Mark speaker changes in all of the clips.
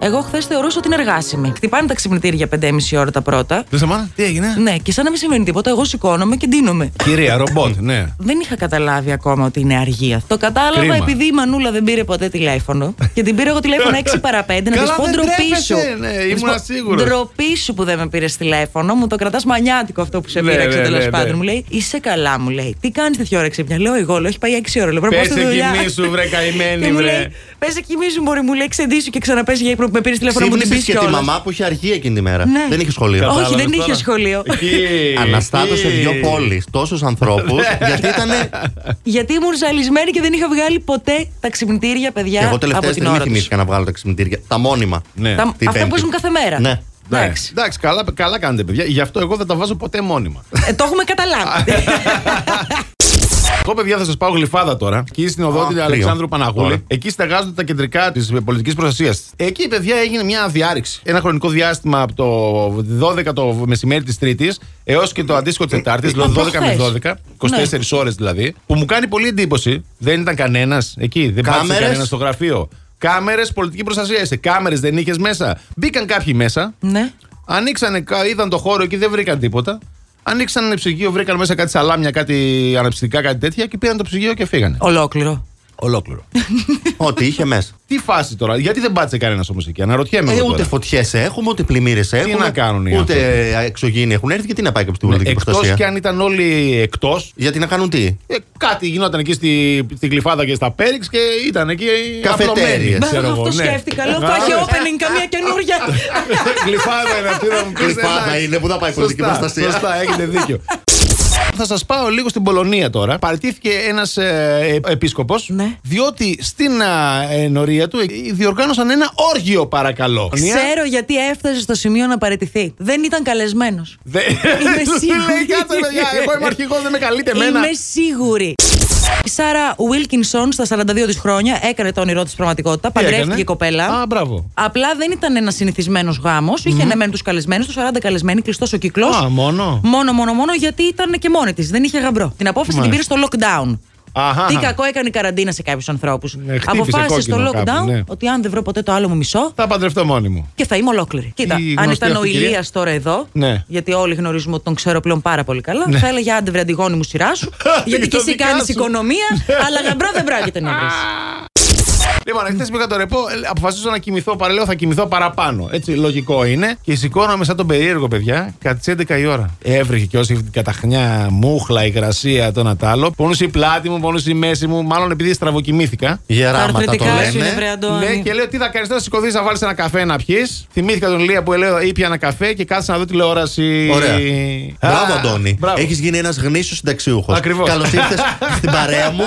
Speaker 1: Εγώ χθες θεωρούσα ότι είναι εργάσιμη. Χτυπάνε τα ξυπνητήρια 5,5 ώρα τα πρώτα.
Speaker 2: Δεν σε μάνα, τι έγινε.
Speaker 1: Ναι, και σαν να μην σημαίνει τίποτα, εγώ σηκώνομαι και ντύνομαι.
Speaker 2: Κυρία, ρομπότ, ναι.
Speaker 1: Δεν είχα καταλάβει ακόμα ότι είναι αργία. Το κατάλαβα
Speaker 2: Κρίμα.
Speaker 1: επειδή η Μανούλα δεν πήρε ποτέ τηλέφωνο. και την πήρα εγώ τηλέφωνο 6 παρα 5 να τη
Speaker 2: Καλά,
Speaker 1: πω
Speaker 2: δεν
Speaker 1: ντροπή
Speaker 2: τρέπεσαι,
Speaker 1: σου.
Speaker 2: ναι,
Speaker 1: Να της
Speaker 2: ήμουνα
Speaker 1: πω,
Speaker 2: σίγουρος.
Speaker 1: Ντροπή σου που δεν με πήρες τηλέφωνο, μου το κρατάς μανιάτικο αυτό που σε
Speaker 2: Ναι,
Speaker 1: πήραξε
Speaker 2: ναι,
Speaker 1: τέλος
Speaker 2: ναι, ναι.
Speaker 1: πάντων. Μου λέει Είσαι καλά, μου λέει. Τι κάνεις τέτοια ώρα ξύπνια. Λέω εγώ, λέω, έχει πάει 6 ώρα. Λέω, πρέπει να πάω
Speaker 2: Πες
Speaker 1: στη
Speaker 2: σε
Speaker 1: δουλειά».
Speaker 2: κοιμήσου, βρε, καημένη,
Speaker 1: Και μου
Speaker 2: βρε.
Speaker 1: λέει, Πες κοιμήσου, μπορεί μου λέει, ξεντήσου και ξαναπέσει για ύπνο που με πήρες τηλέφωνο Ε, μου την πει
Speaker 3: Ξύπνησες και τη μαμά που είχε αργία εκείνη τη μέρα.
Speaker 1: Ναι.
Speaker 3: Δεν είχε σχολείο. Ε,
Speaker 1: Όχι,
Speaker 2: Κατάλαβες Ε.
Speaker 1: δεν είχε
Speaker 2: τώρα.
Speaker 1: σχολείο.
Speaker 2: Εκεί,
Speaker 3: Αναστάτωσε
Speaker 2: εκεί.
Speaker 3: δύο πόλεις, τόσους ανθρώπους,
Speaker 2: Ναι.
Speaker 3: γιατί ήταν.
Speaker 1: Γιατί ήμουν ζαλισμένη και δεν είχα βγάλει ποτέ τα ξυπνητήρια, παιδιά.
Speaker 3: Εγώ
Speaker 1: από
Speaker 3: τελευταία
Speaker 1: την
Speaker 3: στιγμή
Speaker 1: ώρα τους.
Speaker 3: θυμήθηκα να βγάλω τα ξυπνητήρια. Τα μόνιμα.
Speaker 2: Ναι.
Speaker 1: Τα-
Speaker 3: Την
Speaker 1: Αυτά που
Speaker 3: Πέμπτη.
Speaker 1: ζουν κάθε μέρα.
Speaker 3: Ναι.
Speaker 2: Ναι.
Speaker 1: Εντάξει.
Speaker 2: Εντάξει, καλά, καλά κάνετε, παιδιά. Γι' αυτό εγώ δεν τα βάζω ποτέ μόνιμα.
Speaker 1: Ε, το έχουμε καταλάβει.
Speaker 2: Εγώ, παιδιά, θα σας πάω γλυφάδα τώρα. Εκεί στην οδό
Speaker 3: Α,
Speaker 2: του
Speaker 3: κρύο.
Speaker 2: Αλεξάνδρου Παναγούλη.
Speaker 3: Ωραία.
Speaker 2: Εκεί στεγάζονται τα κεντρικά της πολιτικής προστασίας. Εκεί, παιδιά, έγινε μια διάρρηξη. Ένα χρονικό διάστημα από το 12 το μεσημέρι της Τρίτης έως και το αντίστοιχο της Τετάρτης, δηλαδή 12
Speaker 1: προχθές.
Speaker 2: με 12, 24 ώρες δηλαδή, που μου κάνει πολύ εντύπωση. Δεν ήταν κανένας εκεί, δεν πάτησε
Speaker 3: Κάμερες.
Speaker 2: κανένας στο γραφείο. Κάμερες, πολιτική προστασία είσαι. Κάμερες δεν είχες μέσα. Μπήκαν κάποιοι μέσα,
Speaker 1: ναι.
Speaker 2: Ανοίξανε, κα- είδαν το χώρο εκεί, δεν βρήκαν τίποτα. Ανοίξαν ένα ψυγείο, βρήκαν μέσα κάτι σαλάμια, κάτι αναψυκτικά, κάτι τέτοια και πήραν το ψυγείο και φύγανε.
Speaker 1: Ολόκληρο.
Speaker 2: Ολόκληρο.
Speaker 3: Ό,τι είχε μέσα.
Speaker 2: Τι φάση τώρα, γιατί δεν πάτησε κανένας όμως εκεί, αναρωτιέμαι.
Speaker 3: Ε,
Speaker 2: εγώ
Speaker 3: ούτε
Speaker 2: τώρα.
Speaker 3: φωτιές έχουμε, ούτε πλημμύρες έχουμε.
Speaker 2: να κάνουν οι
Speaker 3: Ούτε εξωγήινοι έχουν έρθει και τι να πάει και από την πολιτική
Speaker 2: Εκτός
Speaker 3: προστασία.
Speaker 2: και Ε, αν ήταν όλοι εκτός.
Speaker 3: Γιατί να κάνουν τι.
Speaker 2: κάτι γινόταν εκεί στη, στην κλειφάδα και στα Πέριξ και ήταν εκεί.
Speaker 3: Καφετέριες.
Speaker 2: απλωμένοι,
Speaker 3: Μπα,
Speaker 2: ξέρω
Speaker 1: Μα
Speaker 2: εγώ,
Speaker 1: αυτό
Speaker 2: ναι.
Speaker 1: σκέφτηκα. Λέω θα
Speaker 2: Α,
Speaker 1: έχει
Speaker 2: ναι.
Speaker 1: opening καμία καινούρια.
Speaker 2: Γλυφάδα είναι αυτή να μου πεις,
Speaker 3: Γλυφάδα
Speaker 2: εντάξει.
Speaker 3: είναι, πού θα πάει η Ε, πολιτική
Speaker 2: Σωστά,
Speaker 3: προστασία.
Speaker 2: Σωστά, έχετε δίκιο. Θα σας πάω λίγο στην Πολωνία τώρα. Παραιτήθηκε ένας επίσκοπος,
Speaker 1: Ναι.
Speaker 2: διότι στην ε, ενορία του ε, διοργάνωσαν ένα όργιο, παρακαλώ.
Speaker 1: Ξέρω γιατί έφτασε στο σημείο να παραιτηθεί. Δεν ήταν καλεσμένος.
Speaker 2: Δε-
Speaker 1: Είμαι
Speaker 2: Του λέει,
Speaker 1: σίγουρη.
Speaker 2: κάτσε παιδιά, εγώ είμαι αρχηγός, δεν με καλείτε εμένα.
Speaker 1: Είμαι σίγουρη. Η Σάρα Βίλκινσον στα 42 της χρόνια έκανε το όνειρό της πραγματικότητα.
Speaker 2: έκανε?
Speaker 1: Παντρεύτηκε η κοπέλα.
Speaker 2: Α, μπράβο.
Speaker 1: Απλά δεν ήταν ένας συνηθισμένος γάμος. Είχε ανεμένου τους καλεσμένους, τους 40 καλεσμένοι, κλειστός ο κύκλος.
Speaker 2: Α, μόνο.
Speaker 1: Μόνο, μόνο, μόνο γιατί ήταν και μόνη της. Δεν είχε γαμπρό. Την απόφαση την
Speaker 2: Μάλιστα.
Speaker 1: πήρε στο lockdown.
Speaker 2: Αχα.
Speaker 1: Τι κακό έκανε η καραντίνα σε κάποιους ανθρώπους.
Speaker 2: Ναι, χτύπησε
Speaker 1: Αποφάσισε στο
Speaker 2: κόκκινο
Speaker 1: lockdown
Speaker 2: κάπου, ναι.
Speaker 1: ότι αν δεν βρω ποτέ το άλλο μου μισό
Speaker 2: Θα παντρευτώ μόνη μου.
Speaker 1: και θα είμαι ολόκληρη. Κοίτα, αν
Speaker 2: γνωστή
Speaker 1: ήταν ο
Speaker 2: αυτή η κυρία.
Speaker 1: Ηλίας τώρα εδώ,
Speaker 2: Ναι.
Speaker 1: γιατί όλοι γνωρίζουμε ότι τον ξέρω πλέον πάρα πολύ καλά, θα έλεγε άντε βρε Αντιγόνη μου σειρά σου, γιατί
Speaker 2: Για
Speaker 1: και
Speaker 2: το
Speaker 1: εσύ
Speaker 2: δικά
Speaker 1: κάνεις
Speaker 2: σου. Ναι.
Speaker 1: οικονομία, αλλά γαμπρό δεν πρόκειται να βρεις.
Speaker 2: Λοιπόν, χθες πήγα το ρεπό, ε, αποφασίζω να κοιμηθώ παραλέω, θα κοιμηθώ παραπάνω. Έτσι, λογικό είναι. Και σηκώνομαι σαν τον περίεργο, παιδιά, κατά τι 11 η ώρα. Έβριχε και όσοι την καταχνιά, μούχλα, υγρασία, το ένα τ' άλλο. Πόνουσε η πλάτη μου, πόνουσε η μέση μου, μάλλον επειδή στραβοκοιμήθηκα.
Speaker 3: Γεράματα το
Speaker 1: αρθρητικά σου είναι, βρε
Speaker 3: λένε.
Speaker 1: Αντώνη.
Speaker 2: Ναι, και λέω τι θα κάνεις τώρα, σηκωθείς να βάλεις ένα καφέ να πιεις. Θυμήθηκα τον Λία που ε, λέω ήπια ένα καφέ και κάθισα να δω τηλεόραση.
Speaker 3: Ωραία.
Speaker 2: Α,
Speaker 3: Μπράβο, Αντώνη.
Speaker 2: μπράβο.
Speaker 3: Έχεις γίνει ένας γνήσιος συνταξιούχος.
Speaker 2: Ακριβώς.
Speaker 3: Καλώς ήρθες στην παρέα μου.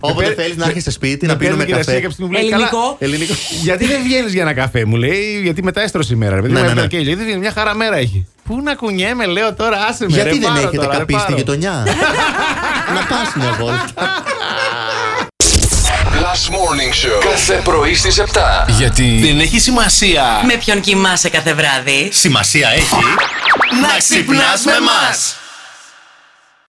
Speaker 3: Όποτε θέλεις να έρχεσαι σπίτι, να
Speaker 2: Με παίρνει
Speaker 3: πίνουμε
Speaker 2: η γυναίκα και
Speaker 3: καφέ.
Speaker 2: μου λέει,
Speaker 1: Ελληνικό.
Speaker 2: «Καλά, Ελληνικό. Γιατί δεν βγαίνεις για ένα καφέ, μου λέει, γιατί μετά έστρωσε η μέρα. Επειδή
Speaker 3: Ναι,
Speaker 2: μου
Speaker 3: ναι,
Speaker 2: έπαιρνε
Speaker 3: ναι.
Speaker 2: και λέει, «Δεν βγαίνει, μια χαρά μέρα έχει. Πού να κουνιέμαι, λέω τώρα, άσε με.
Speaker 3: Γιατί
Speaker 2: ρε,
Speaker 3: δεν
Speaker 2: πάρω
Speaker 3: έχετε
Speaker 2: τώρα, ρε,
Speaker 3: καπεί στη
Speaker 2: πάρω.
Speaker 3: γειτονιά. Να πας μια βόλτα.
Speaker 4: Last Morning Show. Κάθε πρωί στις 7.
Speaker 5: Γιατί δεν έχει σημασία.
Speaker 1: Με ποιον κοιμάσαι κάθε βράδυ.
Speaker 3: Σημασία έχει να ξυπνάς με μας.